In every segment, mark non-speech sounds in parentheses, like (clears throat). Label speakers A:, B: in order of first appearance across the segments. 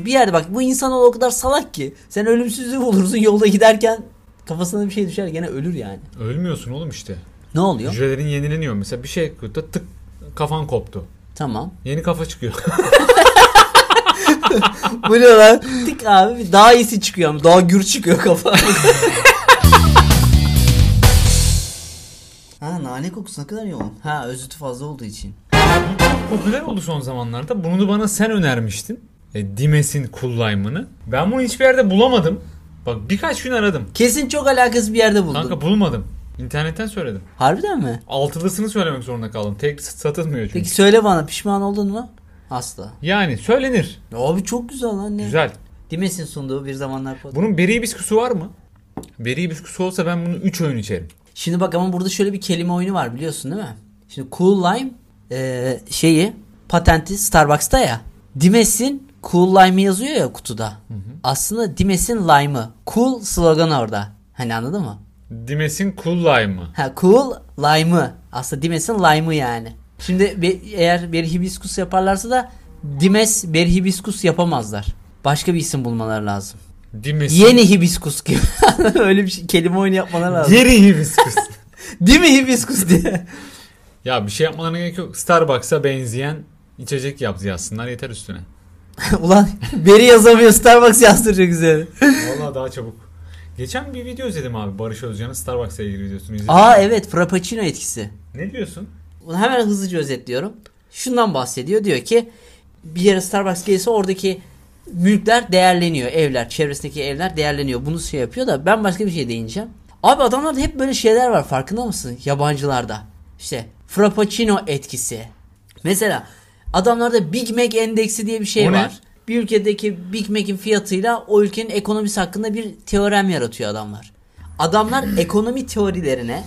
A: Bir yerde bak bu insanoğlu o kadar salak ki sen ölümsüzlüğü bulursun yolda giderken kafasına bir şey düşer gene ölür yani.
B: Ölmüyorsun oğlum işte.
A: Ne oluyor?
B: Hücrelerin yenileniyor. Mesela bir şey kırdı tık kafan koptu.
A: Tamam.
B: Yeni kafa çıkıyor. (laughs)
A: Bu ne lan? Tık abi bir daha iyisi çıkıyor ama daha gür çıkıyor kafa. (laughs) ha nane kokusu ne kadar yoğun. Ha özütü fazla olduğu için.
B: Popüler oldu son zamanlarda. Bunu bana sen önermiştin. E, Dimes'in cool lime'ını. Ben bunu hiçbir yerde bulamadım. Bak birkaç gün aradım.
A: Kesin çok alakasız bir yerde buldum.
B: Kanka bulmadım. İnternetten söyledim.
A: Harbiden mi?
B: Altılısını söylemek zorunda kaldım. Tek satılmıyor çünkü.
A: Peki söyle bana pişman oldun mu? Asla.
B: Yani söylenir.
A: Abi çok güzel lan ne?
B: Güzel.
A: Dimes'in sunduğu bir zamanlar podcast.
B: Bunun beri bisküsü var mı? Beri bisküsü olsa ben bunu 3 öğün içerim.
A: Şimdi bak ama burada şöyle bir kelime oyunu var biliyorsun değil mi? Şimdi Cool Lime e, şeyi patenti Starbucks'ta ya. Dimes'in Cool Lime'ı yazıyor ya kutuda. Aslında Dimes'in Lime'ı. Cool slogan orada. Hani anladın mı?
B: Dimes'in cool lime'ı.
A: Ha Cool Lime'ı. Aslında Dimes'in Lime'ı yani. Şimdi be- eğer bir hibiskus yaparlarsa da Dimes bir hibiskus yapamazlar. Başka bir isim bulmaları lazım.
B: Dimes'in
A: Yeni hibiskus gibi. (laughs) Öyle bir şey, kelime oyunu yapmaları lazım.
B: geri hibiskus.
A: Değil mi hibiskus diye?
B: ya bir şey yapmalarına gerek yok. Starbucks'a benzeyen içecek yap yazsınlar yeter üstüne.
A: (laughs) Ulan beri yazamıyor Starbucks yazdıracak üzerine.
B: Vallahi daha çabuk. Geçen bir video izledim abi Barış Özcan'ın Starbucks'a ilgili videosunu
A: (laughs)
B: izledim.
A: Aa e- evet Frappuccino etkisi.
B: Ne diyorsun?
A: Bunu hemen hızlıca özetliyorum. Şundan bahsediyor diyor ki bir yere Starbucks gelirse oradaki mülkler değerleniyor. Evler, çevresindeki evler değerleniyor. Bunu şey yapıyor da ben başka bir şey değineceğim. Abi adamlarda hep böyle şeyler var farkında mısın? Yabancılarda. İşte Frappuccino etkisi. Mesela adamlarda Big Mac endeksi diye bir şey
B: O ne?
A: var. Bir ülkedeki Big Mac'in fiyatıyla o ülkenin ekonomisi hakkında bir teorem yaratıyor adamlar. (clears throat) Adamlar ekonomi teorilerine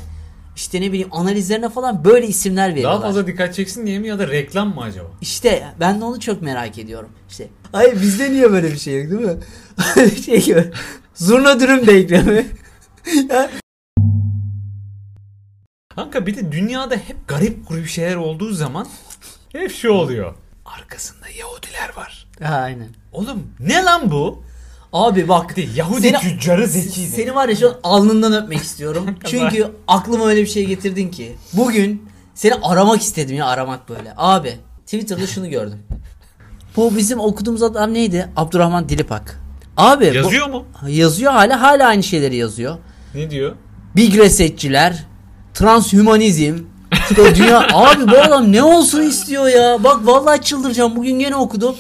A: işte ne bileyim analizlerine falan böyle isimler veriyorlar.
B: Daha fazla dikkat çeksin diye mi ya da reklam mı acaba?
A: İşte ben de onu çok merak ediyorum. İşte hayır bizde niye böyle bir şey yok değil mi? (laughs) şey gibi. Zurna dürüm (laughs) denklemi.
B: Kanka bir de dünyada hep garip grup şeyler olduğu zaman hep şu oluyor. Arkasında Yahudiler var.
A: Aynen.
B: Oğlum ne lan bu?
A: Abi bak
B: Bir de Yahudi
A: Seni-
B: tüccarı zekiydi.
A: seni var ya şu an alnından öpmek istiyorum. Çünkü aklıma öyle bir şey getirdin ki. Bugün seni aramak istedim ya aramak böyle. Abi Twitter'da şunu gördüm. Bu bizim okuduğumuz adam neydi? Abdurrahman Dilipak. Abi bu-
B: Yazıyor mu?
A: yazıyor hala hala aynı şeyleri yazıyor.
B: Ne diyor?
A: big resetçiler, transhümanizm, işte dünya abi bu adam ne olsun istiyor ya. Bak vallahi çıldıracağım. Bugün gene okudum.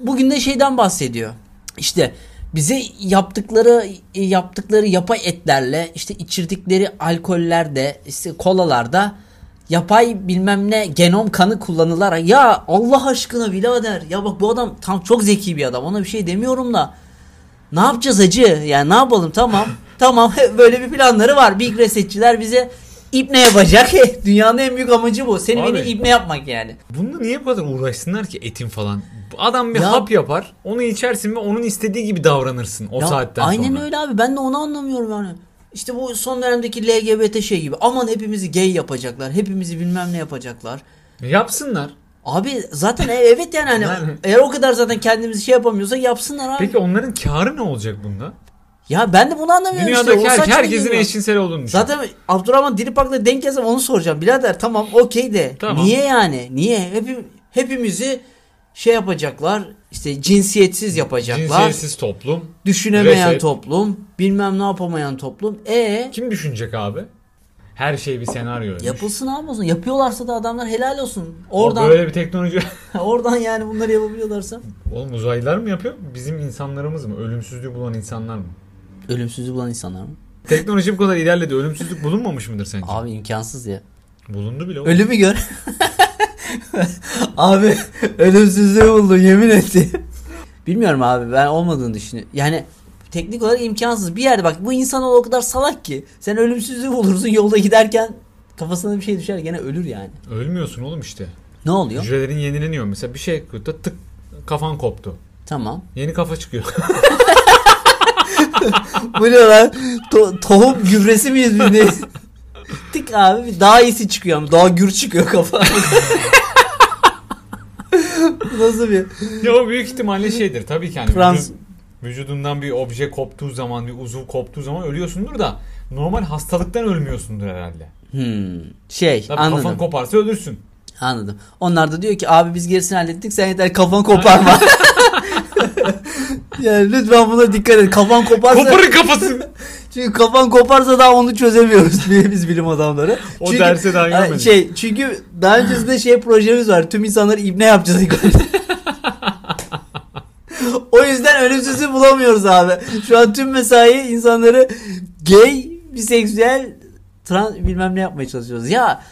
A: Bugün de şeyden bahsediyor. İşte bize yaptıkları e, yaptıkları yapay etlerle işte içirdikleri alkollerde işte kolalarda yapay bilmem ne genom kanı kullanılarak ya Allah aşkına birader ya bak bu adam tam çok zeki bir adam ona bir şey demiyorum da ne yapacağız acı? Yani ne yapalım
B: (laughs)
A: tamam. tamam (laughs) böyle bir planları var. Big resetçiler bize ipne yapacak. (laughs) Dünyanın en büyük amacı bu. Seni
B: Abi.
A: beni ipne yapmak yani.
B: Bunda niye bu kadar uğraşsınlar ki etin falan? Adam bir
A: Ya-
B: hap yapar, onu içersin ve onun istediği gibi davranırsın o
A: Ya,
B: saatten
A: aynen
B: sonra.
A: öyle abi. Ben de onu anlamıyorum yani. İşte bu son dönemdeki LGBT şey gibi. Aman hepimizi gay yapacaklar. Hepimizi bilmem ne yapacaklar.
B: Yapsınlar.
A: Abi zaten e- evet yani hani
B: Yani.
A: eğer o kadar zaten kendimizi şey yapamıyorsa yapsınlar abi.
B: Peki onların karı ne olacak bunda?
A: Ya ben de bunu anlamıyorum
B: Dünyadaki
A: işte. O
B: her-
A: saçma
B: herkesin
A: geliyor.
B: eşcinsel olduğunu düşün.
A: Zaten Abdurrahman Dilipak'la denk gelsem onu soracağım. Birader tamam okey de.
B: Tamam.
A: Niye yani? Niye? Hep, hepimizi şey yapacaklar. işte cinsiyetsiz yapacaklar.
B: Cinsiyetsiz toplum.
A: Düşünemeyen
B: Reset.
A: toplum. Bilmem ne yapamayan toplum. E
B: Kim düşünecek abi? Her şey bir senaryo. ölmüş.
A: yapılsın abi olsun. Yapıyorlarsa da adamlar helal olsun.
B: O
A: Oradan
B: Böyle bir teknoloji.
A: (laughs)
B: (laughs)
A: oradan yani bunları yapabiliyorlarsa.
B: Oğlum uzaylılar mı yapıyor? Bizim insanlarımız mı? Ölümsüzlüğü bulan insanlar mı?
A: Ölümsüzü bulan insanlar mı?
B: Teknoloji bu kadar ilerledi. Ölümsüzlük bulunmamış mıdır sence?
A: Abi imkansız ya.
B: Bulundu bile. oğlum.
A: Ölümü gör. (laughs) abi ölümsüzlüğü buldum yemin etti. Bilmiyorum abi ben olmadığını düşünüyorum. Yani teknik olarak imkansız. Bir yerde bak bu insanoğlu o kadar salak ki. Sen ölümsüzlüğü bulursun yolda giderken kafasına bir şey düşer gene ölür yani.
B: Ölmüyorsun oğlum işte.
A: Ne oluyor?
B: Hücrelerin yenileniyor. Mesela bir şey kırdı tık kafan koptu.
A: Tamam. (laughs)
B: Yeni kafa çıkıyor. (laughs)
A: Bu ne lan? To- tohum gübresi miyiz biz ne? (laughs) Tık (laughs) abi bir daha iyisi çıkıyor ama daha gür çıkıyor kafa. Nasıl bir?
B: Ya o büyük ihtimalle şeydir tabii ki hani
A: Frans-
B: vücud- vücudundan bir obje koptuğu zaman bir uzuv koptuğu zaman ölüyorsundur da normal hastalıktan ölmüyorsundur herhalde.
A: Hmm, şey
B: Tabii kafan
A: anladım.
B: koparsa ölürsün.
A: Anladım. Onlar da diyor ki abi biz gerisini hallettik sen yeter kafanı koparma. (laughs) yani lütfen buna dikkat et. Kafan koparsa
B: Koparın kafasını.
A: çünkü kafan koparsa daha onu çözemiyoruz (laughs) diye biz bilim adamları.
B: O derse daha
A: Ay,
B: girmedik.
A: Şey çünkü daha öncesinde şey projemiz var. Tüm insanları ibne yapacağız
B: (laughs)
A: yukarıda. o yüzden ölümsüzü bulamıyoruz abi. Şu an tüm mesai insanları gay, biseksüel, trans bilmem ne yapmaya çalışıyoruz. Ya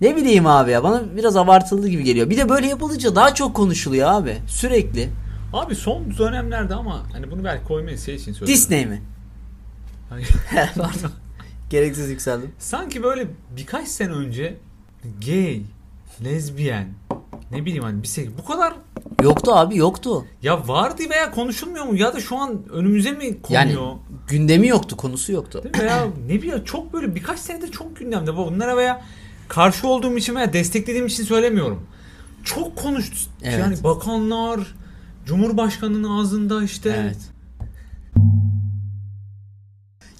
A: ne bileyim abi ya bana biraz abartılı gibi geliyor. Bir de böyle yapılınca daha çok konuşuluyor abi. Sürekli.
B: (laughs) Abi son dönemlerde ama hani bunu belki koymayız şey için söylüyorum.
A: Disney mi?
B: Hani
A: Pardon. Gereksiz yükseldim.
B: (laughs) sanki böyle birkaç sene önce gay, lezbiyen, ne bileyim hani bisek bu kadar
A: Yoktu abi yoktu.
B: ya vardı veya konuşulmuyor mu ya da şu an önümüze mi konuyor?
A: Yani gündemi yoktu konusu yoktu.
B: Değil mi veya ne bileyim çok böyle birkaç senedir çok gündemde. Bu Bunlara veya karşı olduğum için veya desteklediğim için söylemiyorum. Çok konuş
A: Evet.
B: yani bakanlar, Cumhurbaşkanının ağzında işte.
A: Evet.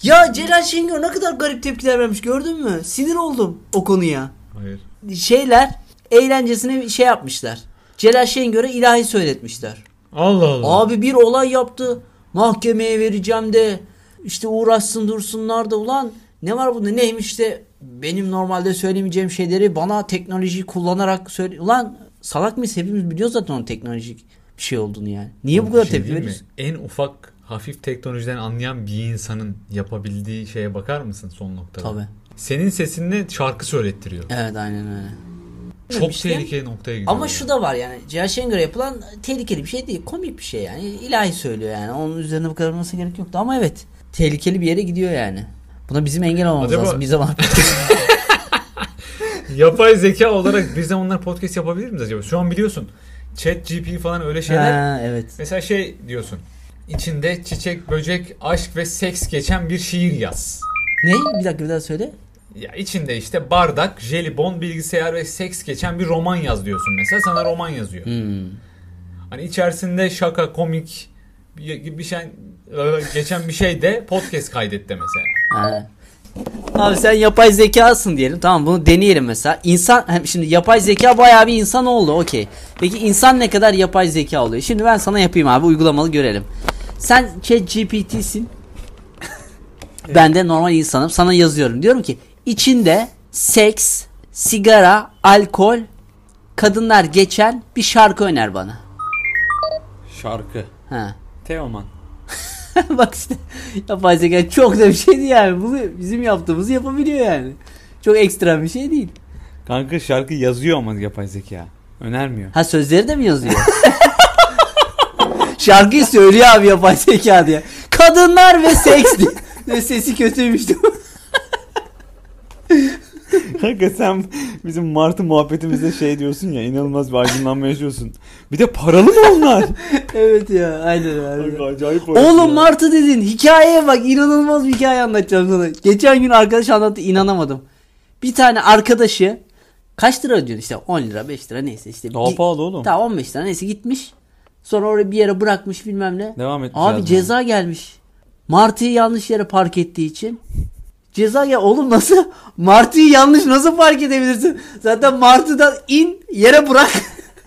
A: Ya Celal Şengör ne kadar garip tepkiler vermiş gördün mü? Sinir oldum o konuya.
B: Hayır.
A: Şeyler eğlencesine şey yapmışlar. Celal Şengör'e ilahi söyletmişler.
B: Allah Allah.
A: Abi bir olay yaptı. Mahkemeye vereceğim de işte uğraşsın dursunlar da ulan ne var bunda neymiş işte benim normalde söylemeyeceğim şeyleri bana teknolojiyi kullanarak söyle. Ulan salak mıyız hepimiz biliyoruz zaten onun teknolojik bir şey olduğunu yani. Niye bu kadar
B: Bir şey
A: tepki
B: değil mi?
A: veriyorsun?
B: En ufak hafif teknolojiden anlayan bir insanın yapabildiği şeye bakar mısın son noktada?
A: Tabii.
B: Senin sesinle şarkı söylettiriyor.
A: Evet aynen öyle.
B: Çok
A: İşte-
B: tehlikeli noktaya gidiyor.
A: şey Ama şu da var yani Cihan Şengör'e yapılan tehlikeli bir şey değil. Komik bir şey yani. İlahi söylüyor yani. Onun üzerine bu kadar olması gerek yoktu ama evet. Tehlikeli bir yere gidiyor yani. Buna bizim engel olmamız
B: Acaba-
A: lazım. Bir zaman
B: (laughs) Yapay zeka olarak biz de onlar podcast yapabilir miyiz acaba? Şu an biliyorsun. Chat GPT falan öyle şeyler.
A: Ha, evet.
B: Mesela şey diyorsun. İçinde çiçek, böcek, aşk ve seks geçen bir şiir yaz.
A: Ne? Bir dakika bir daha söyle.
B: Ya içinde işte bardak, jelibon, bilgisayar ve seks geçen bir roman yaz diyorsun mesela. Sana roman yazıyor.
A: Hmm.
B: Hani içerisinde şaka, komik bir, bir şey geçen bir şey de podcast kaydet de mesela.
A: Ha. Abi sen yapay zekasın diyelim. Tamam bunu deneyelim mesela. İnsan hem şimdi yapay zeka bayağı bir insan oldu. Okey. Peki insan ne kadar yapay zeka oluyor? Şimdi ben sana yapayım abi uygulamalı görelim. Sen ChatGPT'sin. ben de normal insanım. Sana yazıyorum. Diyorum ki içinde seks, sigara, alkol, kadınlar geçen bir şarkı öner bana.
C: Şarkı.
A: Ha.
C: Teoman.
A: (laughs) Bak işte yapay zeka çok da bir şeydi yani. Bunu bizim yaptığımızı yapabiliyor yani. Çok ekstra bir şey değil.
C: Kanka şarkı yazıyor ama yapay zeka. Önermiyor.
A: Ha sözleri de mi yazıyor? Şarkıyı söylüyor abi yapay zeka diye. Kadınlar ve seks diye. Ve sesi kötüymüş.
C: (laughs) Kanka sen bizim Martı muhabbetimizde şey diyorsun ya inanılmaz bir aydınlanma yaşıyorsun. Bir de paralı mı onlar?
A: evet ya aynen abi.
C: (laughs) Kanka acayip orası
A: Oğlum
C: ya.
A: Martı dedin hikayeye bak inanılmaz bir hikaye anlatacağım sana. Geçen gün arkadaş anlattı inanamadım. Bir tane arkadaşı kaç lira ödüyor işte 10 lira 5 lira neyse işte.
C: Daha
A: Gi-
C: pahalı oğlum.
A: Tamam 15 lira neyse gitmiş. Sonra oraya bir yere bırakmış bilmem ne.
C: Devam etmiş
A: Abi
C: yazmaya.
A: ceza gelmiş. Martı'yı yanlış yere park ettiği için. Ceza ya oğlum nasıl? (laughs) Martı'yı yanlış nasıl park edebilirsin? Zaten Martı'dan in yere bırak.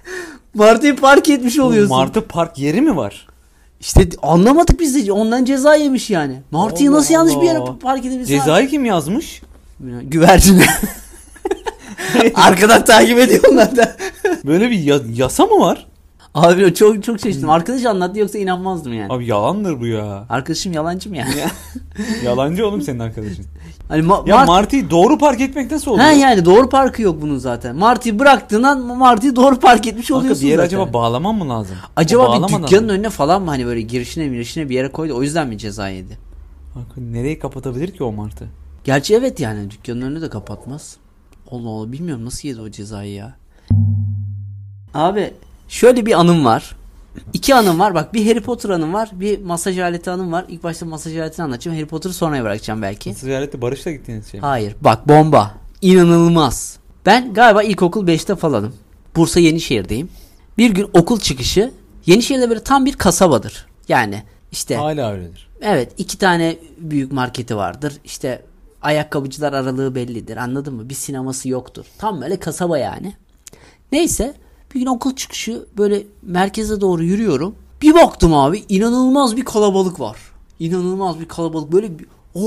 A: (laughs) Martı'yı park etmiş
C: Oğlum,
A: oluyorsun.
C: Martı park yeri mi var?
A: İşte anlamadık biz de ondan ceza yemiş yani. Martı'yı
C: Allah
A: nasıl yanlış bir yere
C: Allah.
A: park edebilirsin? abi?
C: Cezayı kim yazmış?
A: Güvercin.
C: (laughs)
A: Arkadan takip ediyor onlar da. (laughs)
C: Böyle bir ya- yasa mı var?
A: Abi çok çok şaşırdım. Arkadaş anlattı yoksa inanmazdım yani.
C: Abi yalandır bu ya.
A: Arkadaşım yalancı mı yani?
C: Yalancı oğlum senin arkadaşın.
A: (laughs) hani ma-
C: Ya
A: Mart-
C: Martı'yı doğru park etmek nasıl oluyor?
A: Ha yani doğru parkı yok bunun zaten. Martı'yı bıraktığın an Martı'yı doğru park etmiş
C: Kanka
A: oluyorsun
C: bir yere
A: zaten.
C: acaba bağlamam mı lazım? O
A: Acaba bir
C: bağlamadan
A: dükkanın
C: mı?
A: önüne falan mı hani böyle girişine girişine bir yere koydu o yüzden mi ceza yedi?
C: Kanka Nereyi kapatabilir ki o Martı?
A: Gerçi evet yani dükkanın önünü de kapatmaz. Allah Allah bilmiyorum nasıl yedi o cezayı ya. Abi şöyle bir anım var. İki anım var. Bak bir Harry Potter anım var. Bir masaj aleti anım var. İlk başta masaj aletini anlatacağım. Harry Potter'ı sonraya bırakacağım belki.
C: Ziyarette Barış'la gittiğiniz şey mi?
A: Hayır. Bak bomba. İnanılmaz. Ben galiba ilkokul 5'te falanım. Bursa Yenişehir'deyim. Bir gün okul çıkışı Yenişehir'de böyle tam bir kasabadır. Yani işte
B: Hala öyledir.
A: evet iki tane büyük marketi vardır. İşte ayakkabıcılar aralığı bellidir anladın mı? Bir sineması yoktur. Tam böyle kasaba yani. Neyse bir gün okul çıkışı böyle merkeze doğru yürüyorum. Bir baktım abi inanılmaz bir kalabalık var. İnanılmaz bir kalabalık böyle bir o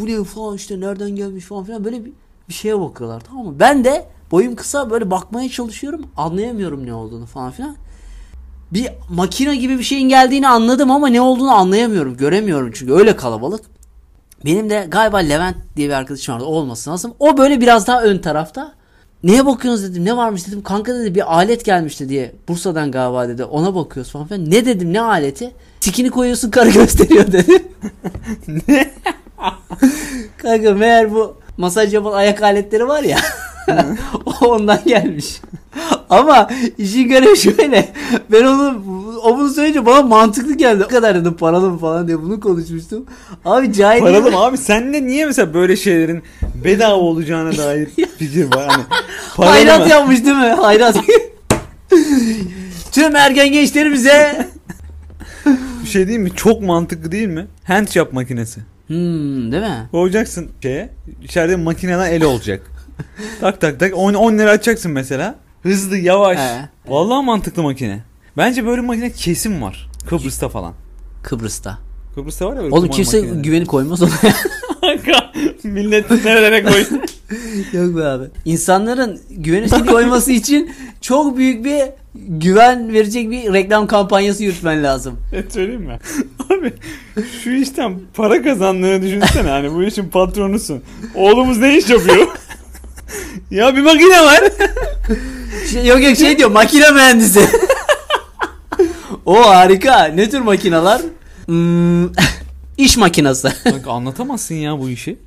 A: bu ne falan işte nereden gelmiş falan filan böyle bir, bir şeye bakıyorlar tamam mı? Ben de boyum kısa böyle bakmaya çalışıyorum anlayamıyorum ne olduğunu falan filan. Bir makine gibi bir şeyin geldiğini anladım ama ne olduğunu anlayamıyorum göremiyorum çünkü öyle kalabalık. Benim de galiba Levent diye bir arkadaşım vardı. O olması lazım. O böyle biraz daha ön tarafta. Neye bakıyorsunuz dedim. Ne varmış dedim. Kanka dedi bir alet gelmişti diye. Bursa'dan galiba dedi. Ona bakıyoruz falan filan. Ne dedim ne aleti? Tikini koyuyorsun karı gösteriyor (laughs) dedi. Kanka meğer bu masaj yapan ayak aletleri var
B: (laughs)
A: ya. o ondan gelmiş. Ama işin görevi şöyle. Ben onu o bunu söyleyince bana mantıklı geldi. O kadar dedim paralı mı falan diye bunu konuşmuştum. Abi cahil.
B: Paralı mı abi? Sende niye mesela böyle şeylerin bedava
A: (laughs)
B: olacağına dair fikir var? Hani paralı
A: Hayrat
B: mı?
A: yapmış değil mi?
B: (laughs)
A: Hayrat. Tüm ergen gençlerimize
B: Bir şey değil mi? Çok mantıklı değil mi? Hand job makinesi.
A: Hmm, değil mi?
B: Koyacaksın şeye. İçeride makineden el olacak.
A: (laughs)
B: tak tak tak. 10, 10 lira açacaksın mesela. Hızlı yavaş.
A: He.
B: Vallahi mantıklı makine. Bence böyle makine kesim var. Kıbrıs'ta falan.
A: Kıbrıs'ta.
B: Kıbrıs'ta var ya böyle
A: Oğlum
B: kumar
A: kimse
B: makineleri.
A: güveni koymaz ona.
B: Kanka, (laughs) Millet nerelere koysun.
A: Yok be abi. İnsanların güvenisini koyması için çok büyük bir güven verecek bir reklam kampanyası yürütmen lazım.
B: Evet söyleyeyim mi? (laughs) Abi şu işten para kazandığını düşünsene hani bu işin patronusun. Oğlumuz ne iş yapıyor? (laughs) ya bir makine var. (laughs)
A: Şey- yok yok şey diyor makine mühendisi. (laughs) o harika. Ne tür makineler? Hmm, (laughs) iş makinası.
B: Bak anlatamazsın ya bu işi.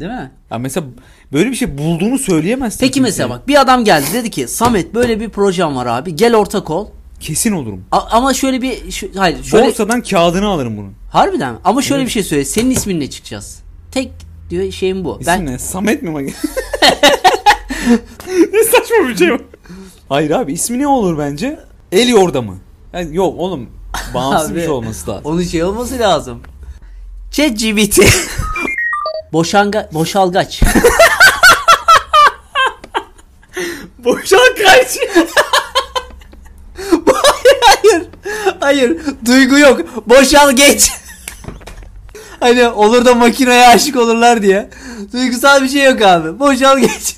A: Değil mi?
B: Ya mesela böyle bir şey bulduğunu söyleyemezsin.
A: Peki
B: kimseye.
A: mesela bak bir adam geldi dedi ki Samet böyle bir projem var abi gel ortak ol.
B: Kesin olurum.
A: A- ama şöyle bir şu- hayır şöyle
B: Borsadan kağıdını alırım bunun.
A: harbiden mi? ama şöyle bir şey söyle senin isminle çıkacağız. Tek diyor şeyim bu.
B: İsim
A: Ben
B: ne? Samet mi makine? (laughs) ne saçma bir şey bu. Hayır abi ismi ne olur bence? El yordamı. Yani yok oğlum bağımsız bir
A: Abi,
B: şey olması lazım.
A: onun şey olması lazım. ChatGPT. (laughs) Boşanga (laughs) boşalgaç.
B: Boşan kaç.
A: (laughs) hayır. Hayır. Duygu yok. Boşal geç. (laughs) hani olur da makineye aşık olurlar diye. Duygusal bir şey yok abi. Boşal geç.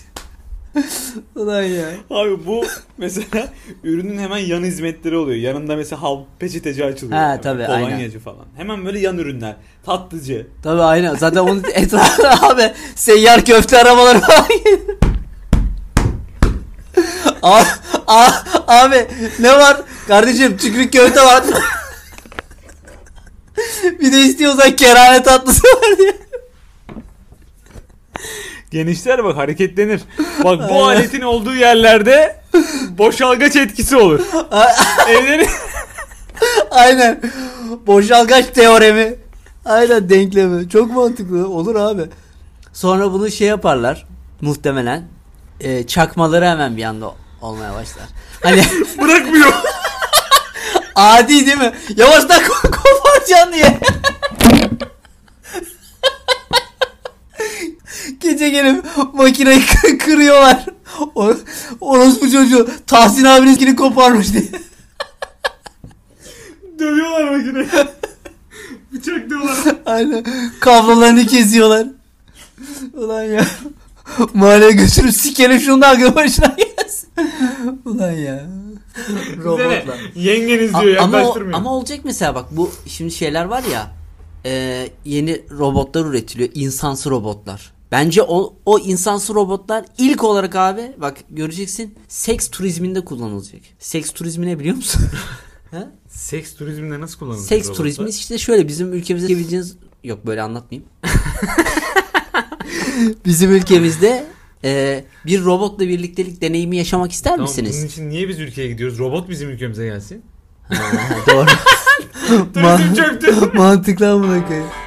A: (laughs) Ulan ya.
B: Abi bu (laughs) mesela ürünün hemen yan hizmetleri oluyor. Yanında mesela hal peçeteci açılıyor.
A: Ha,
B: Hemen
A: tabii, aynen.
B: Kolonyacı falan. Hemen böyle yan ürünler. Tatlıcı.
A: Tabii aynen. Zaten onun (laughs) etrafına abi seyyar köfte arabaları falan geliyor. (laughs) A- a- abi ne var? Kardeşim tükürük köfte var. (laughs) bir de istiyorsan kerane tatlısı var diye. (laughs)
B: Genişler bak hareketlenir. Bak bu aletin olduğu yerlerde boşalgaç etkisi
A: (laughs)
B: olur. Evleri
A: Aynen. Boşalgaç teoremi. Aynen denklemi. Çok mantıklı. Olur abi. Sonra bunu şey yaparlar. Muhtemelen. e, çakmaları hemen bir anda olmaya başlar. Hani
B: bırakmıyor.
A: Adi değil mi? Yavaştan ko- (laughs) koparacaksın diye. Gece gelip makineyi kı- kırıyorlar. O, orospu çocuğu Tahsin abininkini koparmış diye. (laughs)
B: Dövüyorlar makineyi.
D: (laughs)
B: Bıçak diyorlar.
A: Aynen. Kablolarını kesiyorlar. Ulan ya. Mahalleye götürüp sikelim şunu da aklı başına gelsin. Ulan ya. Robotlar.
D: Yengeniz
A: A-
D: diyor
A: ama, o-
D: yaklaştırmıyor.
A: ama olacak mesela bak bu şimdi şeyler var ya e, yeni robotlar üretiliyor insansı robotlar. Bence o, o insansı robotlar ilk olarak abi bak göreceksin seks turizminde kullanılacak. Seks turizmi ne biliyor musun? Ha?
D: Seks turizminde nasıl kullanılır?
A: seks
D: robotlar?
A: turizmi işte şöyle bizim ülkemizde gidebileceğiniz yok böyle anlatmayayım. (laughs) bizim ülkemizde e, bir robotla birliktelik deneyimi yaşamak ister
D: Tamam,
A: misiniz?
D: Bunun için niye biz ülkeye gidiyoruz? Robot bizim ülkemize gelsin.
A: Ha, Doğru. Ma-
D: (laughs) Turizm çöktü.
A: (laughs) Mantıklı amına koyayım.